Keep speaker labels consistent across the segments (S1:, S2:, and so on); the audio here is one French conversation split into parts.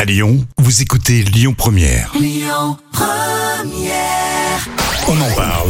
S1: À Lyon, vous écoutez Lyon Première. On en parle.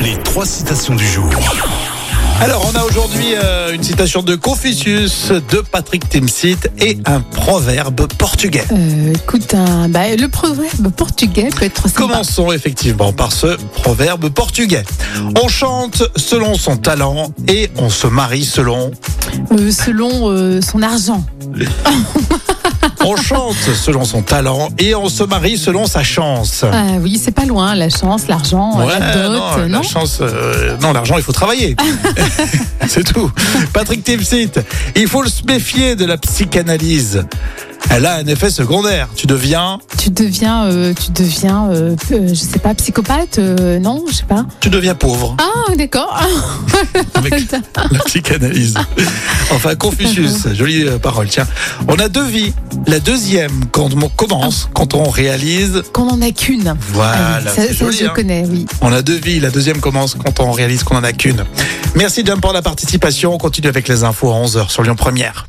S1: Les trois citations du jour.
S2: Alors, on a aujourd'hui euh, une citation de Confucius, de Patrick Timsit et un proverbe portugais.
S3: Euh, écoute, un- bah, le proverbe portugais peut être sympa.
S2: Commençons effectivement par ce proverbe portugais. On chante selon son talent et on se marie selon.
S3: Euh, selon euh, son argent.
S2: On chante selon son talent et on se marie selon sa chance.
S3: Ah oui, c'est pas loin, la chance, l'argent,
S2: Ouais,
S3: la dot,
S2: non,
S3: non,
S2: la chance, euh, non, l'argent, il faut travailler. C'est tout. Patrick Timsit, il faut se méfier de la psychanalyse. Elle a un effet secondaire. Tu deviens,
S3: Tu deviens, euh, tu deviens, euh, euh, je sais pas, psychopathe, euh, non, je sais pas.
S2: tu deviens pauvre
S3: Ah d'accord. Ah,
S2: avec la psychanalyse. Enfin, Confucius, jolie euh, parole. Tiens, on a deux vies. La deuxième, quand on commence, quand on réalise,
S3: Qu'on en a qu'une. Ah
S2: voilà,
S3: oui, ça,
S2: c'est
S3: ça,
S2: joli.
S3: je
S2: hein.
S3: connais, oui.
S2: On a deux vies. La deuxième commence quand on réalise qu'on en a qu'une. Merci John pour la participation. On continue avec les infos à 11h sur Lyon Première.